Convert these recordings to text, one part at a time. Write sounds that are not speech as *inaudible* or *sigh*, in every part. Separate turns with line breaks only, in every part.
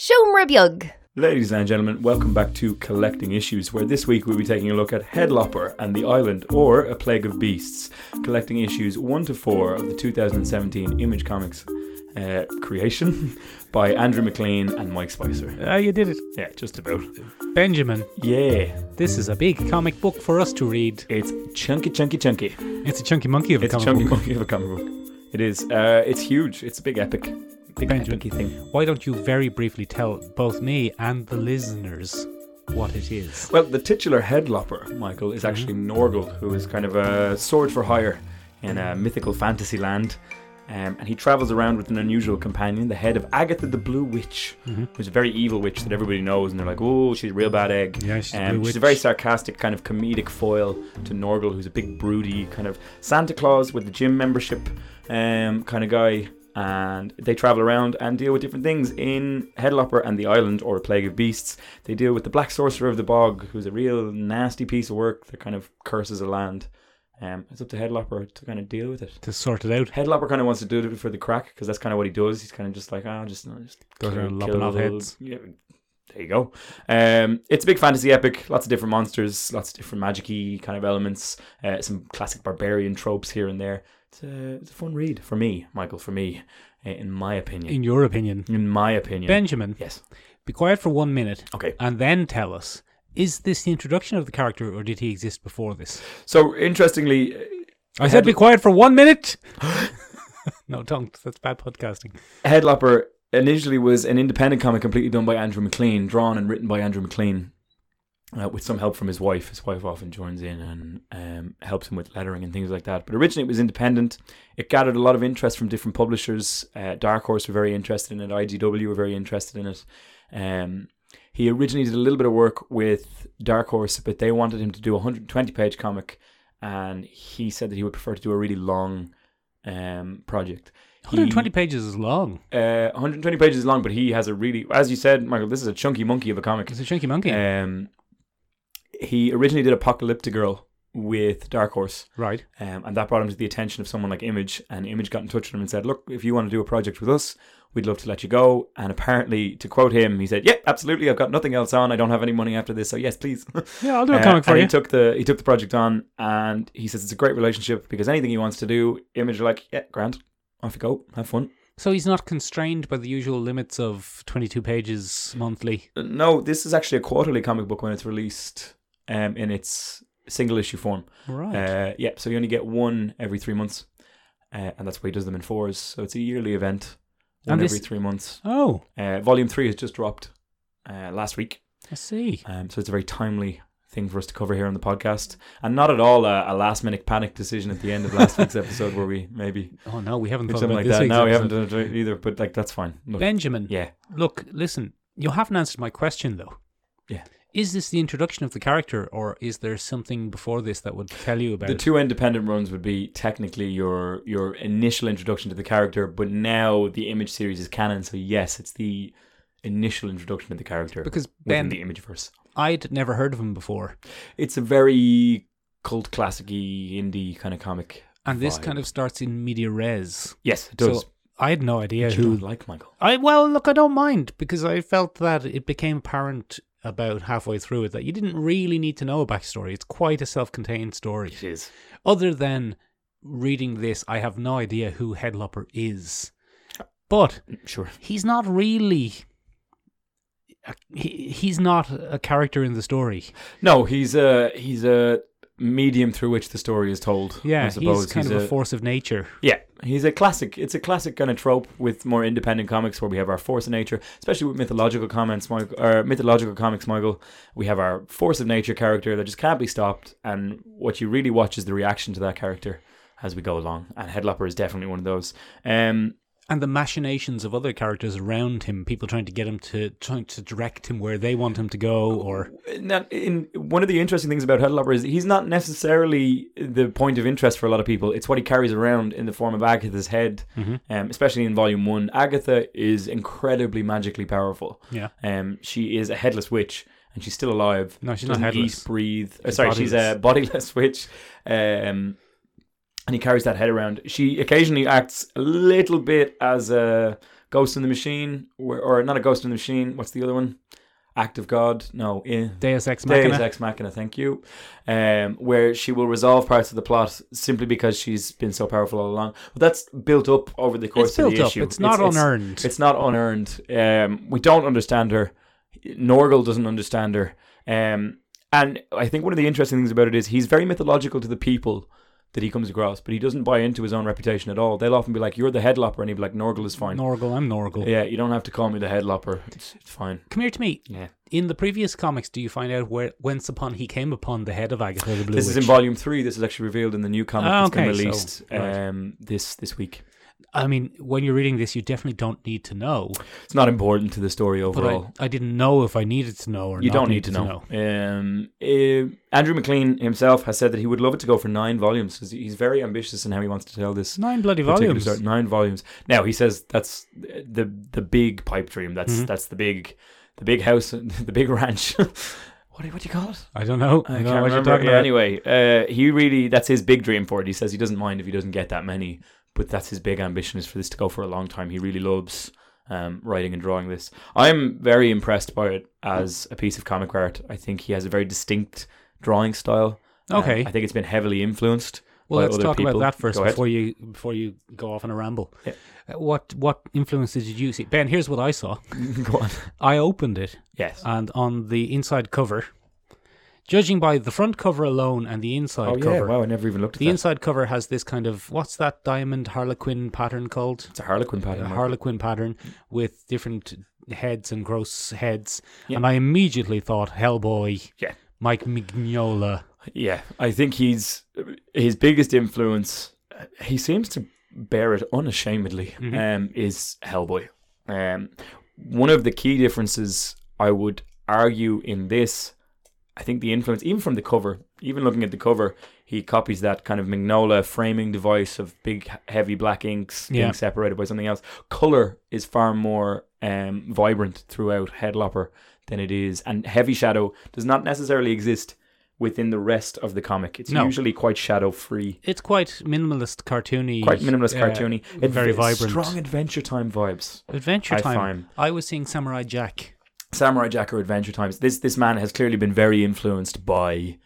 Shomra Bjug.
Ladies and gentlemen, welcome back to Collecting Issues, where this week we'll be taking a look at Headlopper and the Island, or A Plague of Beasts, collecting issues 1 to 4 of the 2017 Image Comics uh, creation *laughs* by Andrew McLean and Mike Spicer.
Ah, you did it.
Yeah, just about.
Benjamin,
Yeah,
this is a big comic book for us to read.
it's chunky, chunky, chunky.
It's a chunky monkey of a
It's a
comic
chunky
book.
monkey of a comic book. It is. Uh, it's huge. It's a big epic. Big
Benjamin.
epic thing.
Why don't you very briefly tell both me and the listeners what it is?
Well, the titular headlopper, Michael, is actually Norgal, who is kind of a sword for hire in a mythical fantasy land. Um, and he travels around with an unusual companion, the head of Agatha the Blue Witch, who's a very evil witch that everybody knows, and they're like, oh, she's a real bad egg.
Yeah, she's a
Um,
blue
she's a
witch.
very sarcastic, kind of comedic foil to Norgal, who's a big, broody, kind of Santa Claus with the gym membership um, kind of guy. And they travel around and deal with different things. In Headlopper and the Island, or A Plague of Beasts, they deal with the Black Sorcerer of the Bog, who's a real nasty piece of work that kind of curses a land. Um, it's up to Headlopper to kind of deal with it.
To sort it out.
Headlopper kind of wants to do it for the crack because that's kind of what he does. He's kind of just like, ah, just, I'll just
Goes
kill-
around lopping
kill-
off heads.
Yeah, there you go. Um, it's a big fantasy epic. Lots of different monsters, lots of different magic-y kind of elements. Uh, some classic barbarian tropes here and there. It's a, it's a fun read for me, Michael. For me, uh, in my opinion.
In your opinion,
In my opinion.
Benjamin,
Yes.
be quiet for one minute
Okay.
and then tell us is this the introduction of the character or did he exist before this?
So interestingly, uh,
I said be quiet for
*gasps*
one minute! *laughs* no, don't. That's bad podcasting.
Headlopper initially was an independent comic completely done by Andrew McLean, drawn and written by Andrew McLean, uh, with some help from his wife. His wife often joins in and um, helps him with lettering and things like that. But originally it was independent. It gathered a lot of interest from different publishers. Uh, Dark Horse were very interested in it. IDW were very interested in it. Um, he originally did a little bit of work with Dark Horse, but they wanted him to do a 120 page comic, and he said that he would prefer to do a really long um, project. He-
120 pages is long.
uh, 120 pages long, but he has a really, as you said, Michael, this is a chunky monkey of a comic.
It's a chunky monkey.
Um, he originally did Apocalyptic Girl with Dark Horse,
right.
um, and that brought him to the attention of someone like Image, and Image got in touch with him and said, "Look, if you want to do a project with us, we'd love to let you go." And apparently, to quote him, he said, "Yep, absolutely. I've got nothing else on. I don't have any money after this, so yes, please."
Yeah, *laughs* I'll do a
Uh,
comic for
and
you.
He took the he took the project on, and he says it's a great relationship because anything he wants to do, Image are like, "Yeah, grand, off you go, have fun."
So he's not constrained by the usual limits of 22 pages monthly.
No, this is actually a quarterly comic book when it's released um, in its single issue form.
Right.
Uh, yeah, so you only get one every three months, uh, and that's why he does them in fours. So it's a yearly event, one
And this-
every three months.
oh,
Uh, volume three has just dropped uh, last week,
I see.
um, so it's a very timely thing for us to cover here on the podcast, and not at all a, a last minute panic decision at the end of last
*laughs*
week's episode where we maybe
Oh no, we haven't
did
thought
something
about
like
this
that.
week's
No, we
episode.
haven't done it either, but like that's fine. Look,
Benjamin,
yeah,
look, listen, you haven't answered my question though.
Yeah.
Is this the introduction of the character, or is there something before this that would tell you about
The
it?
two independent runs would be technically your your initial introduction to the character, but now the image series is canon, so yes, it's the initial introduction to the character
Because
within
Ben,
the Imageverse.
I'd never heard of him before,
It's a very cult classicy indie kind of comic.
and this
Vibe.
kind of starts in media res.
Yes, it does.
So I had no idea
you
who
don't like Michael.
I well, look, I don't mind because I felt that it became apparent about halfway through it that you didn't really need to know a backstory. It's quite a self-contained story.
It is.
Other than reading this, I have no idea who Headlopper is, but
Sure.
he's not really. He, he's not a character in the story.
No, he's a he's a medium through which the story is told. I
Yeah,
suppose
he's kind of a, force of nature.
Yeah, he's a classic. It's a classic kind of trope with more independent comics where we have our force of nature, especially with mythological comments, Michael, or mythological comics, Michael. We have our force of nature character that just can't be stopped, and what you really watch is the reaction to that character as we go along. And Headlopper is definitely one of those. Um,
And the machinations of other characters around him, people trying to get him to trying to direct him where they want him to go, or
now, in one of the interesting things about Headlopper is he's not necessarily the point of interest for a lot of people. It's what he carries around in the form of Agatha's head, um, especially in Volume One. Agatha is incredibly magically powerful.
yeah,
Um, she is a headless witch, and she's still alive.
No, she's
She
not
doesn't
headless.
Eat, breathe. uh,
She's
sorry, she's a bodiless *laughs* witch. Um, and he carries that head around. She occasionally acts a little bit as a Ghost in the Machine, or, or not a Ghost in the Machine. What's the other one? Act of God. No, eh.
Deus Ex Machina.
Days Ex Machina, thank you. Um, where she will resolve parts of the plot simply because she's been so powerful all along. But that's built up over the course
it's built
of the
up.
issue.
It's not unearned.
It's, not unearned. Um, we don't understand her. Norgal doesn't understand her. Um, and I think one of the interesting things about it is he's very mythological to the people that he comes across, but he doesn't buy into his own reputation at all. They'll often be like, "You're the headlopper," and he'll be like, "Norgal is fine."
Norgal. I'm Norgal.
Yeah, you don't have to call me the headlopper. It's, it's fine.
Come here to me.
Yeah.
In the previous comics, do you find out where whence upon he came upon the head of Agatha the Blue
This is in
Witch?
volume three. This is actually revealed in the new comic
Ah,
that's been
okay, so-
released
right.
um, this this week.
I mean, when you're reading this, you definitely don't need to know.
It's not important to the story
But
overall.
I, I didn't know if I needed to know or
you
not
don't need to
needed
know. Um, eh, Andrew McLean himself has said that he would love it to go for nine volumes because he's very ambitious in how he wants to tell this.
It's nine bloody
particular
volumes.
story. Nine volumes. Now he says that's the the big pipe dream. That's
Mhm.
that's the big the big house, *laughs* the big ranch. *laughs* what do you- what do you call it?
I don't know.
I
don't
can't
know what you're
remember.
talking
Yeah,
about.
Anyway, uh, he really, that's his big dream for it. He says he doesn't mind if he doesn't get that many, but that's his big ambition is for this to go for a long time. He really loves um, writing and drawing this. I'm very impressed by it as a piece of comic art. I think he has a very distinct drawing style. Um,
Okay.
I think it's been heavily influenced.
Well,
by
let's
other
talk
people.
about that first
Go ahead.
before you before you go off on a ramble.
Yeah.
Uh, What what influences did you see, Ben? Here's what I saw. *laughs*
go on.
I opened it,
Yes.
and on the inside cover, judging by the front cover alone and the inside
oh,
cover,
yeah. Wow, I never even looked at
the
that.
inside cover has this kind of what's that diamond harlequin pattern called?
it's a harlequin pattern.
a
Mark.
harlequin pattern with different heads and gross heads,
Yeah.
and I immediately thought Hellboy.
Yeah.
Mike Mignola.
Yeah, I think he's his biggest influence. He seems to bear it unashamedly. Um, is Hellboy. Um, one of the key differences I would argue in this, I think the influence, even from the cover, even looking at the cover, he copies that kind of Mignola framing device of big, heavy black inks
Yeah.
being separated by something else. Color is far more um, vibrant throughout Headlopper than it is, and heavy shadow does not necessarily exist within the rest of the comic. It's
No.
usually quite shadow free
It's quite minimalist, cartoony.
quite minimalist,
uh,
cartoony,
very
Adve-
vibrant.
strong Adventure Time vibes.
Adventure
I
Time.
find.
I was seeing Samurai Jack.
Samurai Jack or Adventure Times. This this man has clearly been very influenced by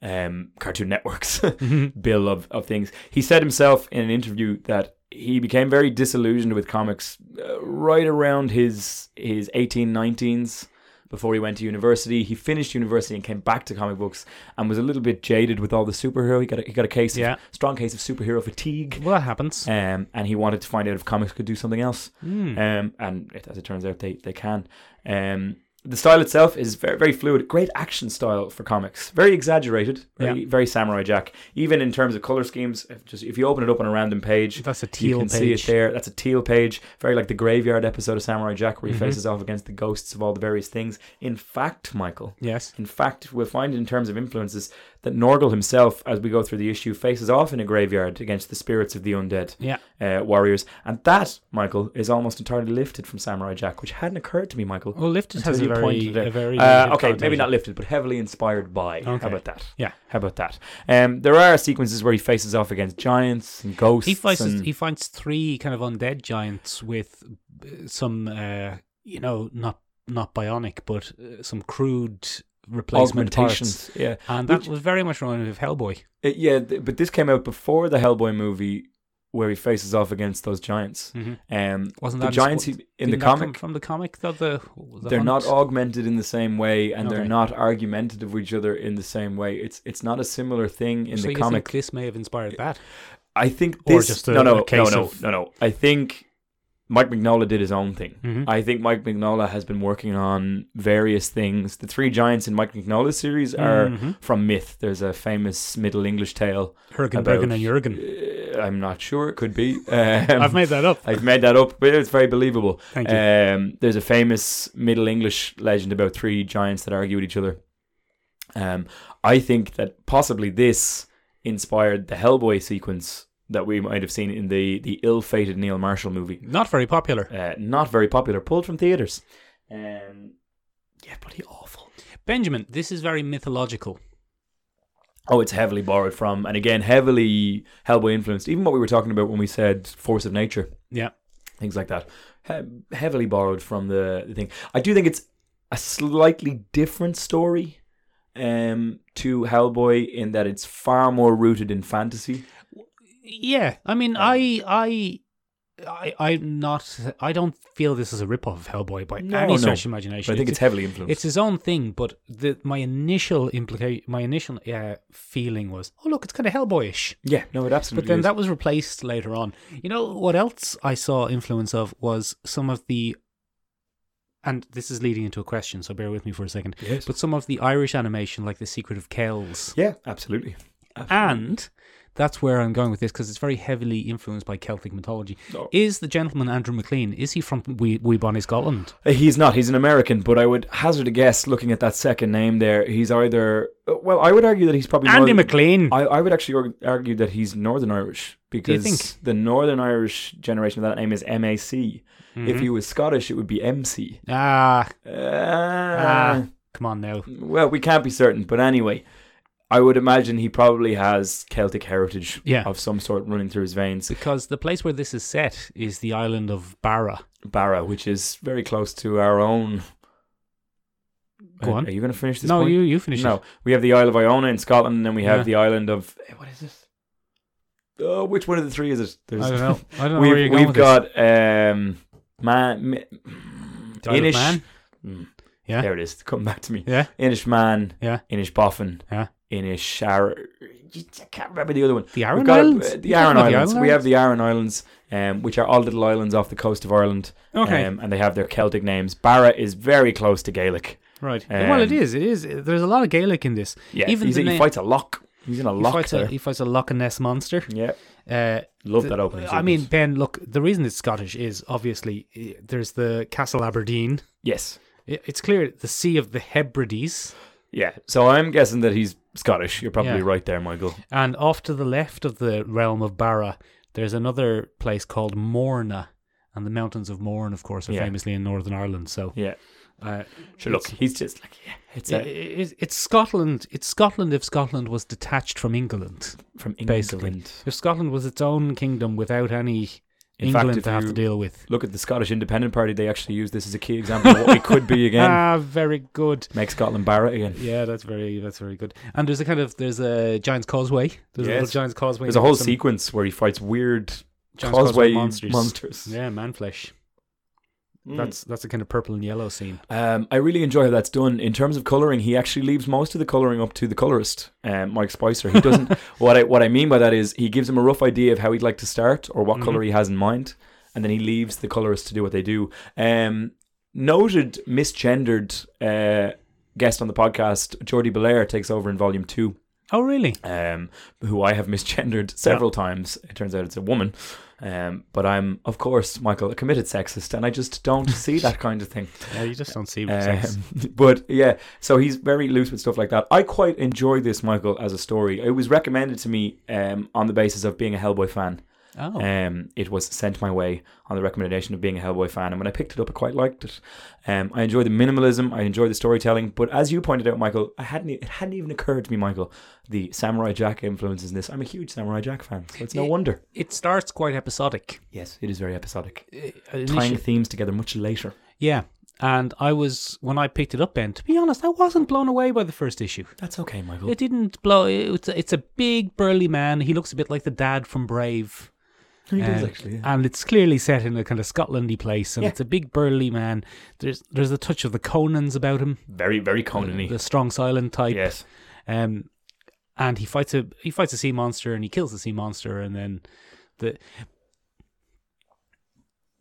um, Cartoon Network's *laughs* bill of, of things. He said himself in an interview that he became very disillusioned with comics uh, right around his his 18, 19s before he went to university. He finished university and came back to comic books and was a little bit jaded with all the superhero. He got a, he got a case
Yeah.
of, strong case of superhero fatigue.
Well, that happens.
um, and he wanted to find out if comics could do something else.
Hmm.
Um, and it, as it turns out, they they can. Um, the style itself is very very fluid. Great action style for comics. Very exaggerated. Very, very Samurai Jack. Even in terms of color schemes, if just if you open it up on a random page,
That's a
you
teal
can
page.
see it there. That's a teal page. Very like the graveyard episode of Samurai Jack, where
Mm-hmm.
he faces off against the ghosts of all the various things. In fact, Michael.
Yes.
In fact, we'll find in terms of influences that Norgal himself, as we go through the issue, faces off in a graveyard against the spirits of the undead
Yeah.
uh, warriors. And that, Michael, is almost entirely lifted from Samurai Jack, which hadn't occurred to me, Michael.
Well, Lifted
until
has a
you
very,
pointed it out.
a very
Uh,
negative
okay, maybe
connotation.
not lifted, but heavily inspired by.
Okay.
How about that?
Yeah.
How about that? Um, there are sequences where he faces off against giants and ghosts.
He finds
and-
he finds three kind of undead giants with uh, some, uh, you know, not not bionic, but uh, some crude replacement parts.
augmentations. Yeah.
And that
Which-
was very much reminded me of Hellboy.
Uh, yeah, th- but this came out before the Hellboy movie where he faces off against those giants.
Mhm.
Um,
Wasn't
the
that
giants
insp-
he- in the
Didn't that come
comic?
from the comic? The, the, the
they're not
Hunt?
augmented in the same way and they're
Okay.
not argumentative with each other in the same way it's it's not a similar thing in
So
the
you
comic
think this may have inspired that.
i think
or
this
just a-
no no
a case
no no
of-
no no i think mike mignola did his own thing
Mhm.
i think mike mignola has been working on various things the three giants in mike mignola's series are
Mhm.
from myth there's a famous middle english tale
Hurricane,
about-
Bergen, and Jurgen.
Uh, i'm not sure it could be
Mm. *laughs* I've
um,
made that up.
I've made that up, but it's very believable.
Thank you.
Um, there's a famous Middle English legend about three giants that argue with each other. Um, I think that possibly this inspired the Hellboy sequence that we might have seen in the, the ill-fated Neil Marshall movie.
Not very popular.
Uh, not very popular, pulled from theaters. Um, yeah, bloody awful.
Benjamin, this is very mythological.
Oh, it's heavily borrowed from, and again, heavily Hellboy influenced. Even what we were talking about when we said Force of Nature.
Yeah.
things like that. he- heavily borrowed from the, the thing. I do think it's a slightly different story um, to Hellboy in that it's far more rooted in fantasy.
Yeah, I mean, I, I, I, I'm not. I don't feel this is a ripoff of Hellboy by
No,
any
no.
stretch of imagination.
But I think it's heavily influenced.
it's his own thing. But the my initial implica- my initial uh, feeling was, oh look, it's kind of Hellboyish.
yeah, no, it absolutely.
But then
is.
that was replaced later on. You know what else I saw influence of was some of the, and this is leading into a question, so bear with me for a second.
Yes.
But some of the Irish animation, like The Secret of Kells,
yeah, absolutely.
and that's where I'm going with this because it's very heavily influenced by Celtic mythology.
No.
Is the gentleman Andrew McLean? Is he from Wee Wee Bonnie, Scotland?
Uh, He's not. He's an American, but I would hazard a guess looking at that second name there. He's either. uh, Well, I would argue that he's probably.
Andy
Northern-
McLean.
I, I would actually arg- argue that he's Northern Irish because
think?
the Northern Irish generation of that name is MAC. If he was Scottish, it would be MC.
Mm-hmm. ah,
Uh,
ah, come on now.
Well, we can't be certain, but anyway, I would imagine he probably has Celtic heritage
Yeah.
of some sort running through his veins.
Because the place where this is set is the island of Barra.
Barra, which is very close to our own.
Go on.
Are you going to finish this?
No,
point?
you you finish
No,
it.
we have the Isle of Iona in Scotland, and then we have
Yeah.
the island of eh, what is this? Oh, which one of the three is it? There's,
I don't know. I don't know where
we've
you're going.
we've
with
got um, man, mi-
this. Isle of
Inish.
Man.
Mm.
Yeah.
there it is. It's Come back to me.
Yeah.
Inish man.
Yeah.
Inish boffin.
Yeah.
Inish Shar. I can't remember the other one.
The
We've
Aran
got, uh,
Islands.
the
You're
Aran
talking about the
Islands.
Aran
We have the Aran Islands, um, which are all little islands off the coast of Ireland.
Islands? Okay.
Um, and they have their Celtic names. Barra is very close to Gaelic.
right. well, it
um,
is. It is. There's a lot of Gaelic in this.
Yeah,
Even
he's,
the
he
name-
fights a lock. He's in a
He
lock
fights a,
there.
he fights a Loch Ness monster.
yeah,
Uh,
love
the-
that opening.
I mean,
sequence.
Ben, look, the reason it's Scottish is obviously eh, there's the Castle Aberdeen.
yes,
I- It's clear the Sea of the Hebrides,
yeah. So I'm guessing that he's Scottish. You're probably
Yeah.
right there, Michael.
and off to the left of the realm of Barra, there's another place called Morna, and the mountains of Morn, of course, are
Yeah.
famously in Northern Ireland. So,
Yeah.
uh,
Sure, look, he's just like yeah. It's
it's, i- i-
uh,
it's, it's Scotland. It's Scotland if Scotland was detached from England.
from England.
basically. If Scotland was its own kingdom without any
In
England
fact, if
to have
you
to deal with.
look at the Scottish Independent Party, they actually use this as a key example of what we could be again.
*laughs* Ah, very good.
Make Scotland Barra again.
Yeah, that's very that's very good. And there's a kind of there's a Giant's Causeway. There's a
Yes.
little Giant's Causeway.
There's a whole
some
sequence where he fights weird
Giant's
causeway monsters.
monsters. Yeah, man flesh.
Mm.
That's that's a kind of purple and yellow scene.
Um, I really enjoy how that's done. In terms of coloring, he actually leaves most of the coloring up to the colorist, um, Mike Spicer. He doesn't.
*laughs*
what I what I mean by that is he gives him a rough idea of how he'd like to start or
Mm-hmm.
what color he has in mind, and then he leaves the colorist to do what they do. Um, noted misgendered uh, guest on the podcast, Jordi Belair, takes over in volume two
Oh really?
um, who I have *laughs* misgendered several times. It turns out it's a woman. Um, but I'm, of course, Michael, a committed sexist, and I just don't see that kind of thing.
Yeah, you just don't see what
Um, *laughs* but yeah, so he's very loose with stuff like that. I quite enjoy this, Michael, as a story. It was recommended to me um, on the basis of being a Hellboy fan.
Oh.
Um, it was sent my way on the recommendation of being a Hellboy fan, and when I picked it up, I quite liked it. Um, I enjoy the minimalism, I enjoy the storytelling, but as you pointed out, Michael, I hadn't e- it hadn't even occurred to me, Michael, the Samurai Jack influences in this. I'm a huge Samurai Jack fan, so it's no
Yeah.
wonder.
it starts quite episodic.
Yes, it is very episodic,
Uh,
tying
initially-
themes together much later.
Yeah. And I was when I picked it up, Ben. To be honest, I wasn't blown away by the first issue.
That's okay, Michael.
It didn't blow. It's a, it's a big burly man. He looks a bit like the dad from Brave.
he does
Uh,
actually. yeah.
And it's clearly set in a kind of Scotlandy place, and
Yeah.
it's a big burly man. There's there's a touch of the Conans about him,
Very, very Conan-y.
the strong silent type.
Yes,
Um, and he fights a he fights a sea monster, and he kills the sea monster, and then the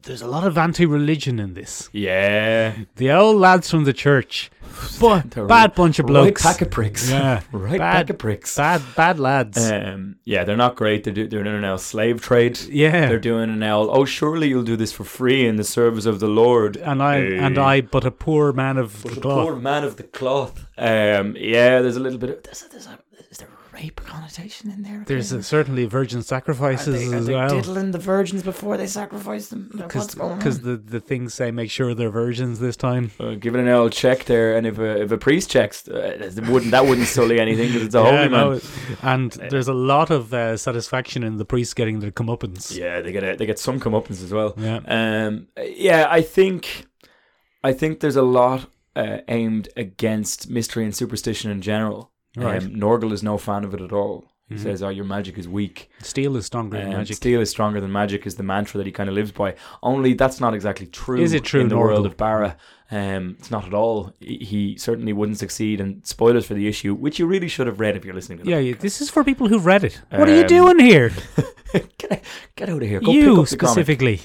there's a lot of anti-religion in this.
yeah.
The old lads from the church,
*sighs*
but
They're
bad bunch of blokes.
Right pack of pricks.
Yeah.
*laughs* right
Bad-
pack of pricks.
Bad, bad lads.
Um, yeah, they're not great. They're, do- they're doing an now slave trade.
yeah,
They're doing an now. Oh, surely you'll do this for free in the service of the Lord.
and I and
Hey.
I, but a poor man of
But
the
the
cloth.
poor man of the cloth. Um, yeah, there's a little bit of. There's a, there's a, is there rape connotation in there?
There's a, certainly virgin
are
sacrifices
they, are
as
they
well.
diddling the virgins before they sacrifice them? Like, what's going on?
Because the, the things say make sure they're virgins this time.
Uh, give it an old check there, and if a, if a priest checks, uh, it wouldn't that wouldn't sully anything because it's a
*laughs* Yeah,
holy man.
no, and there's a lot of uh, satisfaction in the priests getting their comeuppance.
Yeah, they get a, they get some comeuppance as well.
Yeah.
Um, yeah, I think I think there's a lot uh, aimed against mystery and superstition in general.
Right.
Um, Norgal is no fan of it at all. He
Mhm.
says, "Oh, your magic is weak.
Steel is stronger
Um,
than magic.
Steel is stronger than magic." Is the mantra that he kind of lives by. Only that's not exactly true.
Is it true,
in the world
Norgal?
of Barra? Um, it's not at all. He, he certainly wouldn't succeed. And spoilers for the issue, which you really should have read if you're listening to. the
yeah, yeah, this is for people who've read it. What are
Um,
you doing here?
*laughs* get, out- get out of here. Go pick
You
up the comic.
specifically.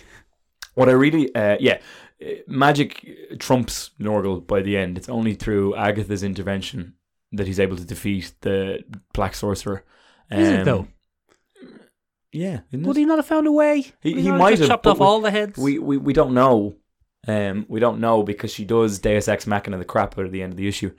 What I really, uh, yeah, uh, magic trumps Norgal by the end. It's only through Agatha's intervention that he's able to defeat the Black Sorcerer. Um,
Is it though?
Yeah, isn't it?
Would he not have found a way?
He-
Would
he
not
might
just
have,
chopped
but
off all the heads.
we, we we don't know. Um, we don't know because she does Deus Ex Machina the crap out of the end of the issue.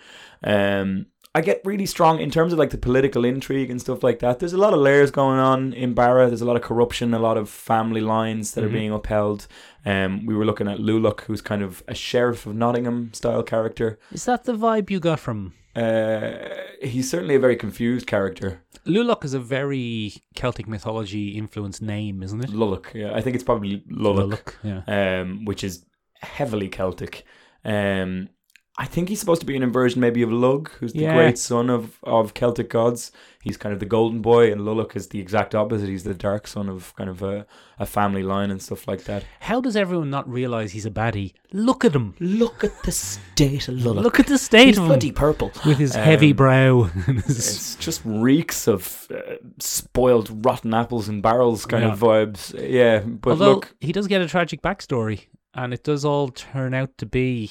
Um, I get really strong in terms of like the political intrigue and stuff like that. There's a lot of layers going on in Barra. There's a lot of corruption, a lot of family lines that
Mhm.
are being upheld. Um, we were looking at Lulok, who's kind of a sheriff of Nottingham style character.
Is that the vibe you got from
Uh, he's certainly a very confused character.
Lulok? Is a very Celtic mythology influenced name, isn't it?
Lulok, yeah, I think it's probably Lulok.
yeah.
um, which is heavily Celtic. Um, I think he's supposed to be an inversion maybe of Lug, who's the
Yeah.
great son of, of Celtic gods. He's kind of the golden boy, and Luluk is the exact opposite. He's the dark son of kind of a, a family line and stuff like that.
How does everyone not realize he's a baddie? Look at him.
Look at the state of Luluk.
Look at the state of him
purple.
with his heavy
Um,
brow. *laughs* and his-
It's just reeks of uh, spoiled, rotten apples and barrels kind of
Yeah.
vibes. Yeah, but
Although
look,
he does get a tragic backstory, and it does all turn out to be,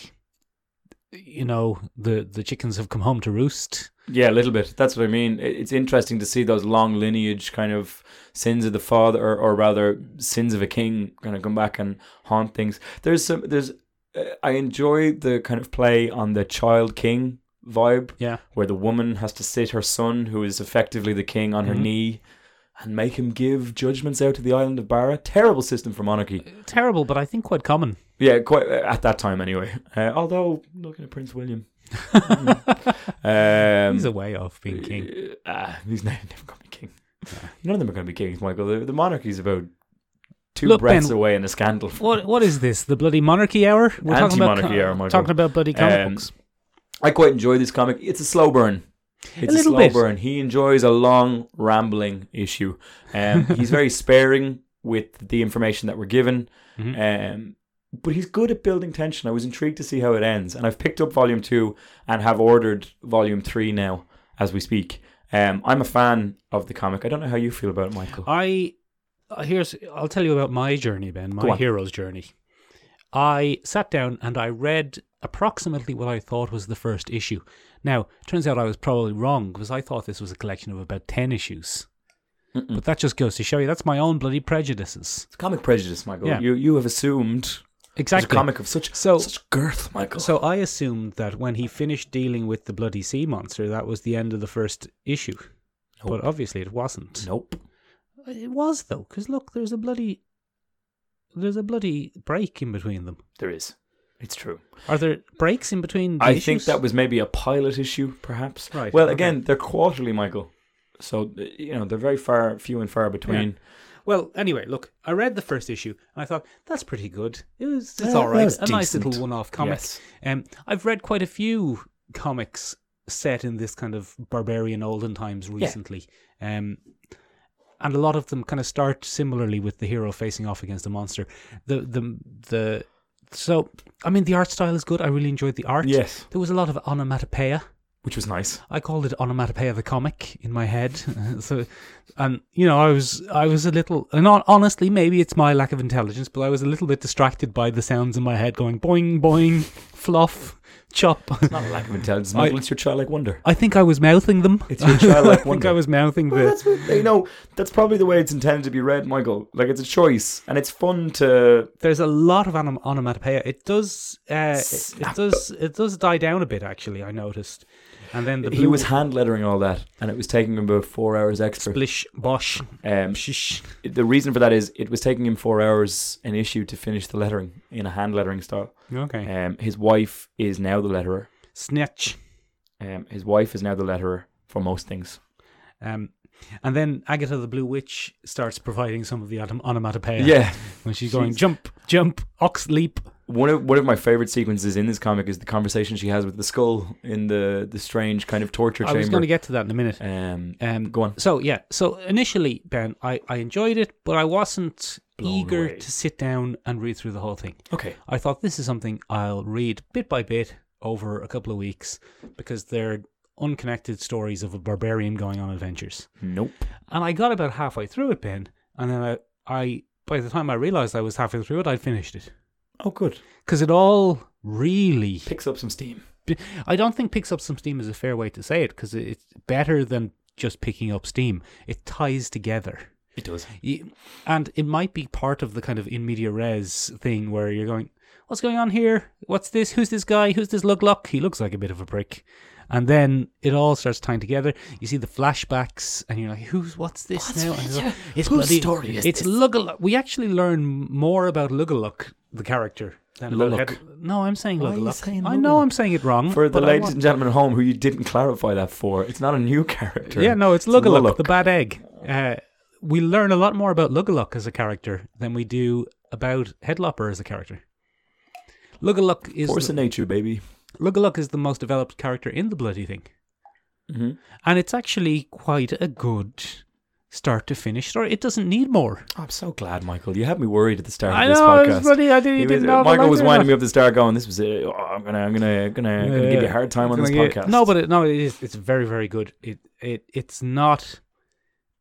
you know, the the chickens have come home to roost.
Yeah, a little bit. That's what I mean. It- It's interesting to see those long lineage kind of sins of the father, or, or rather sins of a king, kind of come back and haunt things. There's some. There's. Uh, I enjoy the kind of play on the child king vibe,
Yeah,
where the woman has to sit her son, who is effectively the king, on her
Mhm.
knee, and make him give judgments out to the island of Barra. Terrible system for monarchy.
terrible, but I think quite common.
Yeah, quite uh, at that time anyway. Uh, although looking at Prince William.
*laughs*
um,
He's a way off being king.
uh, *laughs* ah, he's not, never going to be king. None of them are going to be kings, Michael. The, the monarchy's about two
Look,
breaths
Ben,
away in a scandal.
What what is this? The bloody monarchy hour?
Anti-monarchy hour, Michael.
Talking about bloody comic
Um,
books.
I quite enjoy this comic. It's a slow burn. It's a,
little
slow
bit.
burn. He enjoys a long, rambling issue.
*laughs*
Um, he's very sparing with the information that we're given.
Mhm.
Um, but he's good at building tension. I was intrigued to see how it ends, and I've picked up volume two and have ordered volume three now as we speak. Um, I'm a fan of the comic. I don't know how you feel about it, Michael.
I uh, here's I'll tell you about my journey, Ben.
Go
My
on.
hero's journey. I sat down and I read approximately what I thought was the first issue. Now, turns out I was probably wrong because I thought this was a collection of about ten issues.
Mm-mm.
But that just goes to show you that's my own bloody prejudices.
It's comic prejudice, Michael.
Yeah.
You you have assumed it's a
Exactly.
comic of such
So-
such girth, Michael.
So I assumed that when he finished dealing with the bloody sea monster, that was the end of the first issue.
Nope.
But obviously, it wasn't.
nope.
It was though, because look, there's a bloody, there's a bloody break in between them.
There is. It's true.
Are there breaks in between? The
I
issues?
think that was maybe a pilot issue, perhaps.
Right,
Well,
okay.
again, they're quarterly, Michael. So uh, you know they're very far, few and far between.
Well, anyway, look, I read the first issue and I thought that's pretty good. It was it's
Yeah,
all
that
right,
was
a nice
decent.
little one-off comic.
Yes.
Um, I've read quite a few comics set in this kind of barbarian olden times recently. Um, and a lot of them kind of start similarly with the hero facing off against a monster. The the the so I mean the art style is good. I really enjoyed the art.
Yes.
There was a lot of onomatopoeia.
Which was nice.
I called it onomatopoeia the comic in my head. *laughs* so, and you know, I was I was a little, and hon- honestly, maybe it's my lack of intelligence, but I was a little bit distracted by the sounds in my head going boing boing, *laughs* fluff, chop. *laughs*
Not a lack of intelligence, Michael. it's your childlike wonder.
I think I was mouthing them.
It's your childlike
*laughs* I think
wonder.
I was mouthing
Well,
the.
that's what, you know. That's probably the way it's intended to be read, Michael. Like it's a choice, and it's fun to.
There's a lot of onom- onomatopoeia. It does, uh, it,
Snap.
it does, it does die down a bit. Actually, I noticed. And then the
he
blue
was hand lettering all that, and it was taking him about four hours extra.
splish
*laughs*
bosh.
Um,
Shish.
the reason for that is it was taking him four hours an issue to finish the lettering in a hand lettering style.
Okay.
Um, his wife is now the letterer.
Snitch.
Um, his wife is now the letterer for most things.
Um, and then Agatha the Blue Witch starts providing some of the autom- onomatopoeia.
Yeah,
When she's going,
She's-
jump, jump, ox leap.
one of one of my favorite sequences in this comic is the conversation she has with the skull in the the strange kind of torture
I
chamber.
was going to get to that in a minute.
um,
Um,
go on.
so yeah, so initially, Ben, I, I enjoyed it, but I wasn't
Blown
eager
away.
to sit down and read through the whole thing.
Okay.
I thought this is something I'll read bit by bit over a couple of weeks because they're unconnected stories of a barbarian going on adventures.
Nope.
And I got about halfway through it, Ben, and then I, I by the time I realized I was halfway through it, I'd finished it
Oh, good.
because it all really
Picks up some steam.
I don't think picks up some steam is a fair way to say it because it's better than just picking up steam. It ties together.
It does.
You- And it might be part of the kind of in media res thing where you're going, what's going on here? What's this? Who's this guy? Who's this Luglock? He looks like a bit of a prick. And then it all starts tying together. You see the flashbacks, and you're like, "Who's what's this now?" And it's like, it's
Whose
bloody-
story is
it's
this?
Lugalock. We actually learn more about Lugalock, the character, than about
Luglock.
Head- No, I'm saying
Why are you
Lugalock.
saying
I know
Lugalock?
I'm saying it wrong.
For the
but I
ladies
want-
and gentlemen at home who you didn't clarify that for, it's not a new *laughs* character.
Yeah, no, it's Lugaluk,
Luluk.
the bad egg. Uh, we learn a lot more about Lugaluk as a character than we do about Headlopper as a character. Lugaluk is
Force of nature, baby.
Lugaluk is the most developed character in the bloody thing,
Mm-hmm.
and it's actually quite a good start to finish story. It doesn't need more.
I'm so glad, Michael. You had me worried at the start
I
of this
know
podcast.
it's bloody. I didn't,
He
you
was-
didn't know. if I
Michael
liked
was
it or not.
winding me up at the start, going, "This was it. Oh, I'm gonna, I'm gonna, gonna, gonna give you a hard time on this
Gonna
podcast."
get- No, but it, no, it is. It's very, very good. It, it, it's not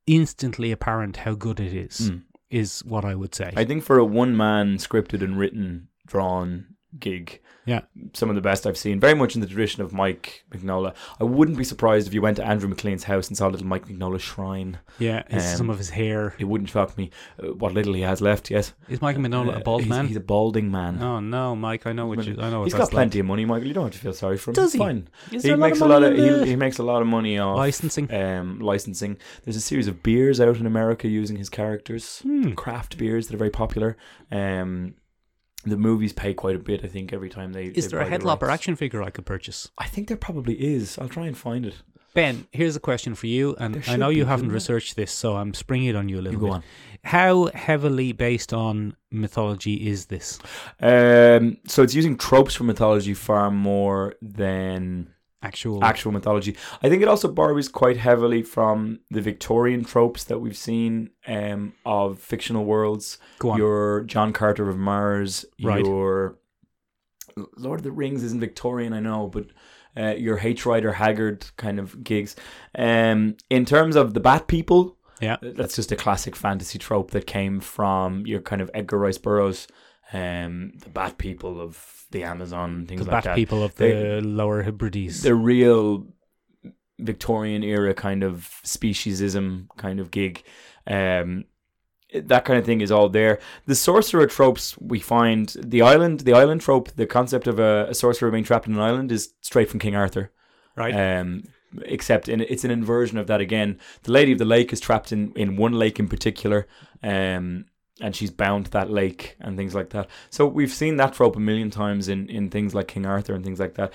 instantly apparent how good it is.
Mm.
Is what I would say.
I think for a one-man scripted and written, drawn gig,
Yeah.
some of the best I've seen. Very much in the tradition of Mike Mignola. I wouldn't be surprised if you went to Andrew McLean's house and saw a little Mike Mignola shrine.
Yeah, his,
Um,
some of his hair.
It wouldn't shock me uh, what little he has left yet.
Is Michael Minola
Uh,
a bald
he's,
man?
He's a balding man.
oh no, Mike. I know what you. I know what
He's
that's
got plenty of money, Michael. You don't have to feel sorry for him.
Does
It's
he?
Fine.
Like. Is
He
there
makes a
of
lot
money
of
in
he,
the
he makes a lot of money off
licensing.
um, licensing. There's a series of beers out in America using his characters,
Hmm.
craft beers that are very popular. Um, the movies pay quite a bit, I think, every time they.
Is
they
there a
buy the
headlopper
rights.
action figure I could purchase?
I think there probably is. I'll try and find it.
Ben, here's a question for you, and
There
I
should
know
be,
you haven't
shouldn't there?
researched this, so I'm springing it on you a little
You
bit.
go on.
How heavily based on mythology is this?
Um, so it's using tropes from mythology far more than
Actual.
actual mythology. I think it also borrows quite heavily from the Victorian tropes that we've seen um, of fictional worlds.
go on.
Your John Carter of Mars,
Right.
your Lord of the Rings isn't Victorian, I know, but uh, your H. Rider Haggard kind of gigs. Um, in terms of the Bat People, uh,
Yeah.
that's just a classic fantasy trope that came from your kind of Edgar Rice Burroughs, um, the Bat People of the Amazon, things
the
like
bat
that
people of the
They-
lower Hebrides.
the real Victorian era kind of speciesism kind of gig. Um, that kind of thing is all there. The sorcerer tropes we find the island, the island trope, the concept of a, a sorcerer being trapped in an island is straight from King Arthur.
Right.
Um, except in, it's an inversion of that again. The Lady of the Lake is trapped in, in one lake in particular, um, and she's bound to that lake and things like that. So we've seen that trope a million times in, in things like King Arthur and things like that.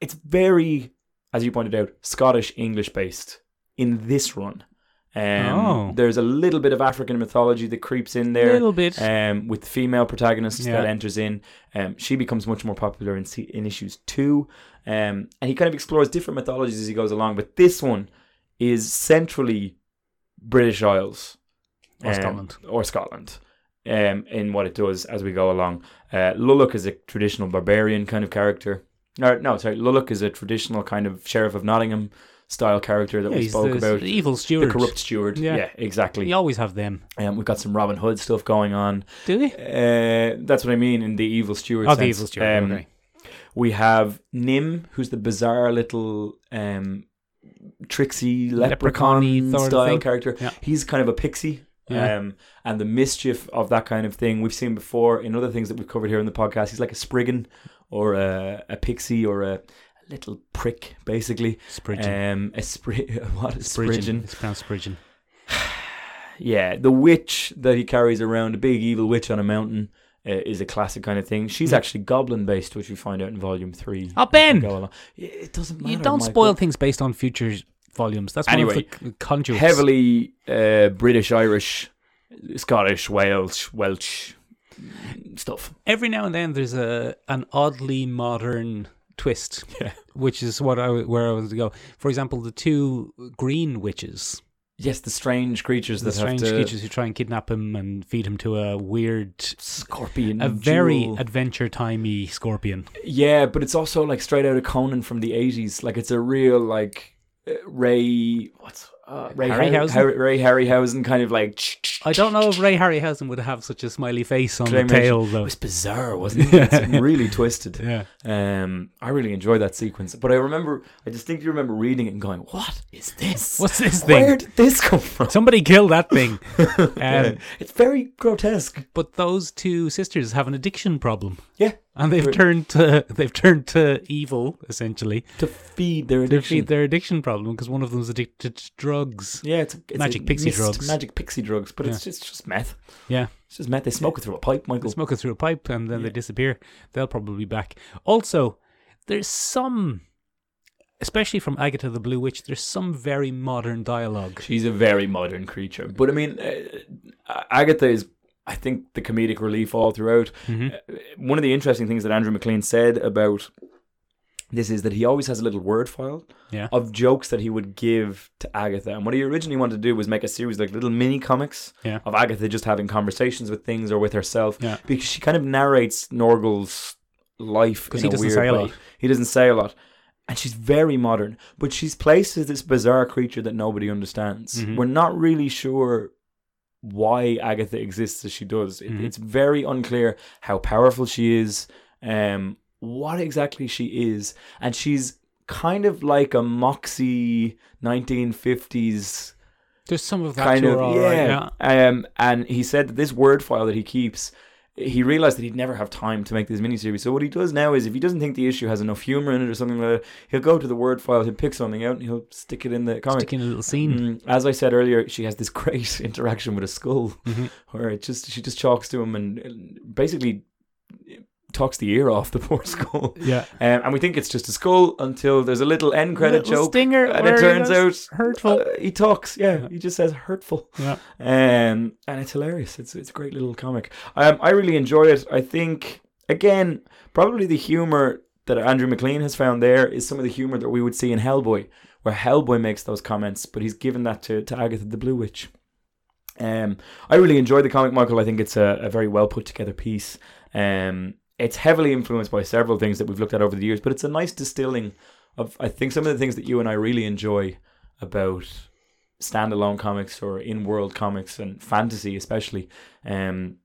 It's very, as you pointed out, Scottish English based in this run. Um,
Oh.
There's a little bit of African mythology that creeps in
A
there
little bit.
um, with the female protagonist
Yeah.
that enters in. Um, she becomes much more popular in, se- in issues two, um, and he kind of explores different mythologies as he goes along. But this one is centrally British Isles
Or
um,
Scotland.
or Scotland. Um, in what it does as we go along, uh, Luluk is a traditional barbarian kind of character. No, no, sorry, Luluk is a traditional kind of sheriff of Nottingham style character that
Yeah,
we
he's
spoke
the
about.
evil
The
steward.
corrupt steward.
Yeah.
Yeah, exactly.
You always have them,
Um, we've got some Robin Hood stuff going on.
do they?
Uh, that's what I mean in the evil steward.
Oh,
sense.
the evil steward.
Um,
okay.
We have Nim, who's the bizarre little um, tricksy
Leprechaun-y
leprechaun
sort of
style
thing.
character.
Yeah.
He's kind of a pixie.
Yeah.
Um, and the mischief of that kind of thing we've seen before in other things that we've covered here in the podcast. He's like a Spriggan or a, a pixie or a little prick, basically.
Spridgeon.
Um, a spri- *laughs* what a
Spridgeon.
spridgeon.
It's pronounced Spridgeon.
Yeah, the witch that he carries around, a big evil witch on a mountain, uh, is a classic kind of thing. She's
Hmm.
actually goblin based, which we find out in volume three.
Oh,
as we
Ben!
go along. It doesn't matter.
You don't
Michael.
spoil things based on future volumes. That's one
Anyway,
of the c- conduits.
heavily uh, British, Irish, Scottish, Welsh, Welsh stuff.
Every now and then, there's a an oddly modern twist,
*laughs* Yeah.
which is what I w- where I was to go. For example, the two green witches,
Yes, the strange creatures
the
that
strange
have to
creatures who try and kidnap him and feed him to a weird,
scorpion.
a very
jewel.
adventure timey scorpion.
yeah, but it's also like straight out of Conan from the eighties. Like it's a real like uh, Ray what's uh, Ray
Harryhausen?
Harry, Ray Harryhausen kind of like.
I don't know if Ray Harryhausen would have such a smiley face on the
Claymation.
tail
It
though.
was bizarre, wasn't it? It's
*laughs*
really twisted.
Yeah,
Um, I really enjoyed that sequence, but I remember, I distinctly remember reading it and going, "What is this?
What's this thing?
Where did this come from?"
somebody kill that *laughs* thing.
Yeah.
Um,
It's very grotesque.
but those two sisters have an addiction problem.
Yeah.
and they've
Right.
turned to *laughs* they've turned to evil essentially
To feed their
to
addiction.
feed their addiction problem because one of them's addicted to drugs.
yeah, it's, it's
Magic
a
pixie drugs.
Magic pixie drugs, but it's, just, it's just meth.
Yeah,
It's just meth. They smoke it through a pipe,
they
Michael.
smoke it through a pipe and then they disappear. They'll probably be back. Also, there's some, especially from Agatha the Blue Witch, there's some very modern dialogue.
She's a very modern creature, but I mean, uh, Agatha is, I think, the comedic relief all throughout. Uh, one of the interesting things that Andrew McLean said about this is that he always has a little word file
Yeah.
of jokes that he would give to Agatha. And what he originally wanted to do was make a series like little mini comics
Yeah.
of Agatha just having conversations with things or with herself.
Yeah.
Because she kind of narrates Norgal's life
'Cause
in
he
a
doesn't
weird
say a
way.
lot.
He doesn't say a lot. And she's very modern, but she's placed as this bizarre creature that nobody understands.
Mhm.
We're not really sure why Agatha exists as she does. It,
Mhm.
It's very unclear how powerful she is, um, what exactly she is, and she's kind of like a moxie 1950s
There's some of that
kind
to her,
of
all right,
yeah. Um, and he said that this word file that he keeps. He realized that he'd never have time to make this miniseries. So what he does now is, if he doesn't think the issue has enough humor in it or something like that, he'll go to the word file, he'll pick something out, and he'll stick it in the comic.
Sticking a little scene.
Mm, as I said earlier, she has this *laughs* great interaction with a skull,
Mhm.
*laughs* where it just she just chalks to him and uh, basically eh, talks the ear off the *laughs* poor skull.
Yeah.
Um, and we think it's just a skull until there's a little end credit
Little
joke,
stinger.
and
where
it
he
turns
goes,
out *laughs*
hurtful.
uh, he talks, yeah. He just says hurtful,
Yeah.
um, and it's hilarious. It's it's a great little comic. Um, I really enjoy it. I think again, probably the humor that Andrew McLean has found there is some of the humor that we would see in Hellboy, where Hellboy makes those comments, but he's given that to to Agatha the Blue Witch. Um, I really enjoyed the comic, Michael. I think it's a, a very well put together piece. Um, it's heavily influenced by several things that we've looked at over the years, but it's a nice distilling of I think some of the things that you and I really enjoy about standalone comics or in-world comics and fantasy, especially. Um,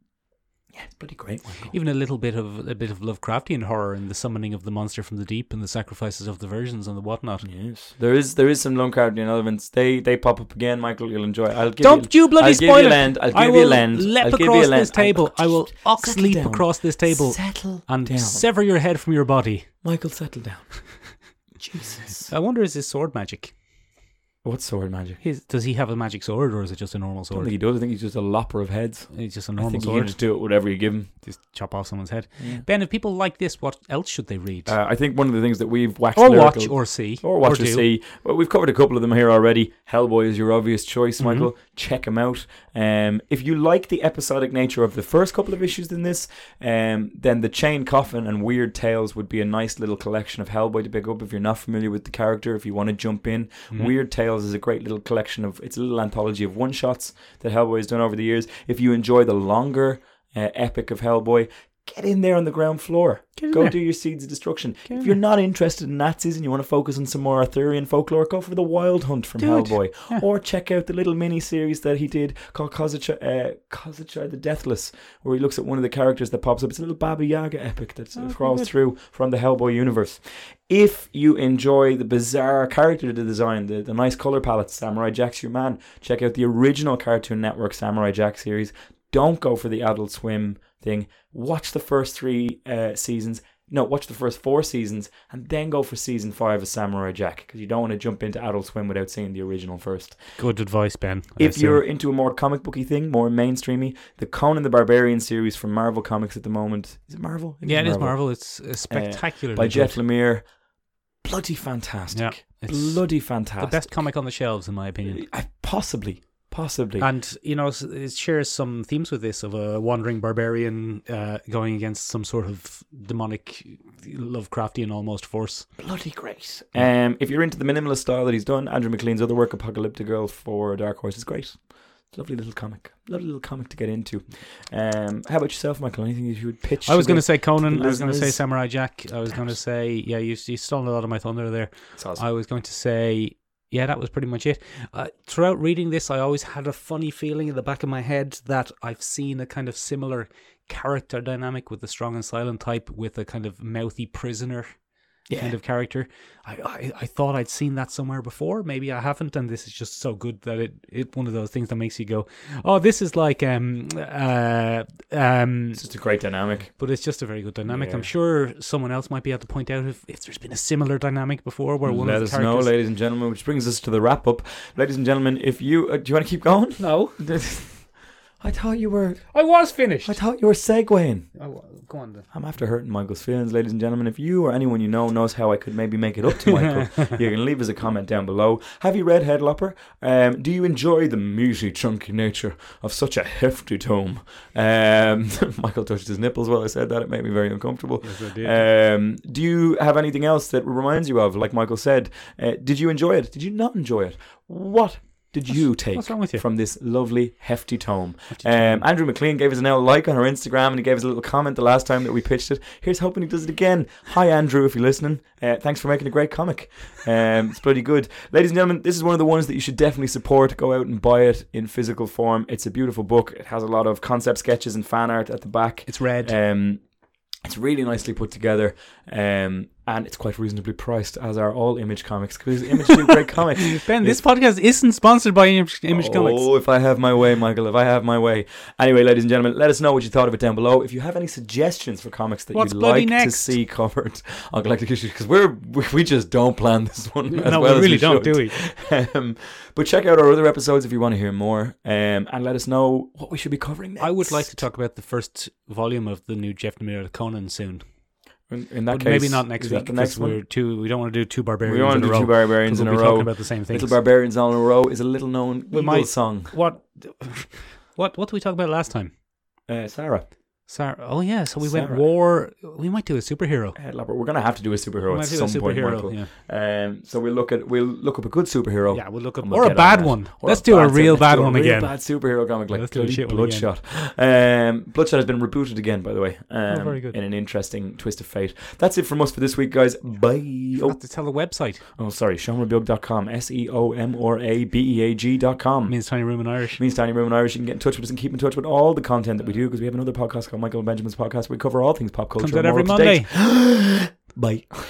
yeah, it's pretty great. Michael.
Even a little bit of a bit of Lovecraftian horror in the summoning of the monster from the deep and the sacrifices of the virgins and the whatnot.
Yes, there is there is some Lovecraftian elements. They they pop up again, Michael. You'll enjoy. I'll give you,
Don't you bloody
I'll
spoil
give you
it!
land. I'll give
I
you
will
land.
leap
I'll give you
across
land.
this table. I will ox
settle
leap
down.
across this table
Settle
and
down.
sever your head from your body.
Michael, settle
*laughs*
down. Jesus.
I wonder is his sword magic?
What sword magic?
His, does he have a magic sword or is it just a normal
I don't
sword?
think he does. I think he's just a lopper of heads.
It's just a
I
normal
think you can
sword.
just do it whatever you give him.
Just chop off someone's head. Ben, if people like this, what else should they read?
Uh, I think one of the things that we've waxed
or
lyrical-
watch or see.
or watch or
do.
see. Well, we've covered a couple of them here already. Hellboy is your obvious choice,
Mm-hmm.
Michael. Check him out. Um, if you like the episodic nature of the first couple of issues in this, um, then the Chain Coffin and Weird Tales would be a nice little collection of Hellboy to pick up if you're not familiar with the character. If you want to jump in,
Mm-hmm.
Weird Tales is a great little collection of it's a little anthology of one shots that Hellboy has done over the years. If you enjoy the longer uh, epic of Hellboy. Get in there on the ground floor.
Get in
Go
there.
do your seeds of destruction. if you're not interested in Nazis and you want to focus on some more Arthurian folklore, go for the Wild Hunt from
Do it.
Hellboy, or check out the little mini series that he did called Kozuchar, uh, Kozuchar the Deathless, where he looks at one of the characters that pops up. It's a little Baba Yaga epic that
Oh,
crawls
very
through
good.
from the Hellboy universe. If you enjoy the bizarre character design, the, the nice color palette, Samurai Jack's your man, check out the original Cartoon Network Samurai Jack series. Don't go for the Adult Swim thing. Watch the first three uh, seasons. No, watch the first four seasons and then go for season five of Samurai Jack because you don't want to jump into Adult Swim without seeing the original first.
Good advice, Ben. I
if
assume.
you're into a more comic booky thing, more mainstreamy, the Conan the Barbarian series from Marvel Comics at the moment is it Marvel?
yeah, it is Marvel. It's uh, spectacular.
by Jeff Lemire. Bloody fantastic!
Yeah, it's
Bloody fantastic!
the best comic on the shelves, in my opinion.
I, possibly, possibly.
And you know, s- it shares some themes with this of a wandering barbarian uh, going against some sort of demonic, Lovecraftian almost force.
bloody great. Um, if you're into the minimalist style that he's done, Andrew McLean's other work, Apocalyptic Girl for Dark Horse, is great. It's a Lovely little comic. Lovely little comic to get into. Um, how about yourself, Michael? Anything that you would pitch?
I was going to
the-
say Conan. I was going to say
listeners.
Samurai Jack. I was going to say yeah. You you stole a lot of my thunder there.
It's awesome.
I was going to say, yeah, that was pretty much it. Uh, throughout reading this, I always had a funny feeling in the back of my head that I've seen a kind of similar character dynamic with the strong and silent type with a kind of mouthy prisoner
yeah.
kind of character. I, I, I thought I'd seen that somewhere before. Maybe I haven't, and this is just so good that it it one of those things that makes you go, oh, this is like um uh um
it's just a great dynamic.
but it's just a very good dynamic.
Yeah.
I'm sure someone else might be able to point out if, if there's been a similar dynamic before where one
Let
of the
us know,
characters.
ladies and gentlemen, which brings us to the wrap up. Ladies and gentlemen, if you uh, do you want to keep going?
*laughs* no,
I thought you were.
I was finished.
I thought you were segueing.
Oh, go on then.
I'm after hurting Michael's feelings, ladies and gentlemen. If you or anyone you know knows how I could maybe make it up to Michael, you can leave us a comment down below. Have you read Headlopper? Um, do you enjoy the meaty, chunky nature of such a hefty tome? Um, *laughs* Michael touched his nipples while I said that. It made me very uncomfortable.
Yes, I did.
Um, do you have anything else that reminds you of? Like Michael said, uh, did you enjoy it? Did you not enjoy it? What did you take
what's wrong with you?
from this lovely hefty tome?
tome.
Um, Andrew McLean gave us an L like on her Instagram, and he gave us a little comment the last time that we pitched it. Here's hoping he does it again. Hi Andrew, if you're listening, uh, thanks for making a great comic. Um, it's bloody good, ladies and gentlemen. This is one of the ones that you should definitely support. Go out and buy it in physical form. It's a beautiful book. It has a lot of concept sketches and fan art at the back.
It's red.
Um, it's really nicely put together, um, and it's quite reasonably priced, as are all Image comics. Because Image do
*laughs*
great comics.
ben, this podcast isn't sponsored by Image, Image
oh,
Comics.
if I have my way, Michael. If I have my way. Anyway, ladies and gentlemen, let us know what you thought of it down below. If you have any suggestions for comics that
What's
you'd
bloody
like
next?
to see covered *laughs* on Galactic Issues, because we're we, we just don't plan this one. As
no,
well
we
as
really
we
don't,
should
do we?
*laughs* um, but check out our other episodes if you want to hear more, um, and let us know what we should be covering. Next.
I would like to talk about the first volume of the new Jeff Lemire Conan soon.
In, in that
But
case,
maybe not next
is that
week
the
because
next one?
we're too. We don't want to do two barbarians.
We don't want
in
to
a
do two
row, 'cause
barbarians in
we'll
a
be
row.
talking about the same things.
Little Barbarians All in a Row is a little known
We
Eagles
might-
song. *laughs*
what? What? What did we talk about last time?
Uh, Sarah,
Sarah. Oh yeah. So we went
Sarah.
war. We might do a superhero.
uh, Lopper, we're going to have to do a
We
superhero
might
at
do a
some point,
superhero.
Michael.
Yeah.
Um, so we'll look at we'll look up a good superhero.
yeah, we'll look up
and we'll
or a
get on
bad
that.
one.
Or
Let's do a
bad-
real
let's
bad
do a
one
real
again.
Bad superhero comic like
Let's do a
bloody
shit one again. Oh,
Bloodshot. Um, Bloodshot has been rebooted again, by the way. Um,
very good.
In an interesting twist of fate. That's it from us for this week, guys. Bye.
Forgot
Oh,
to tell the website.
oh sorry. SeanRabbeog.com. S e o m r a b e a g dot com.
means tiny room in Irish.
Means Tiny Room and Irish. You can get in touch with us and keep in touch with all the content that we do because we have another podcast called Michael and Benjamin's Podcast. Where we cover all things pop culture.
Comes out
and more
every
up to date.
Monday.
Bye.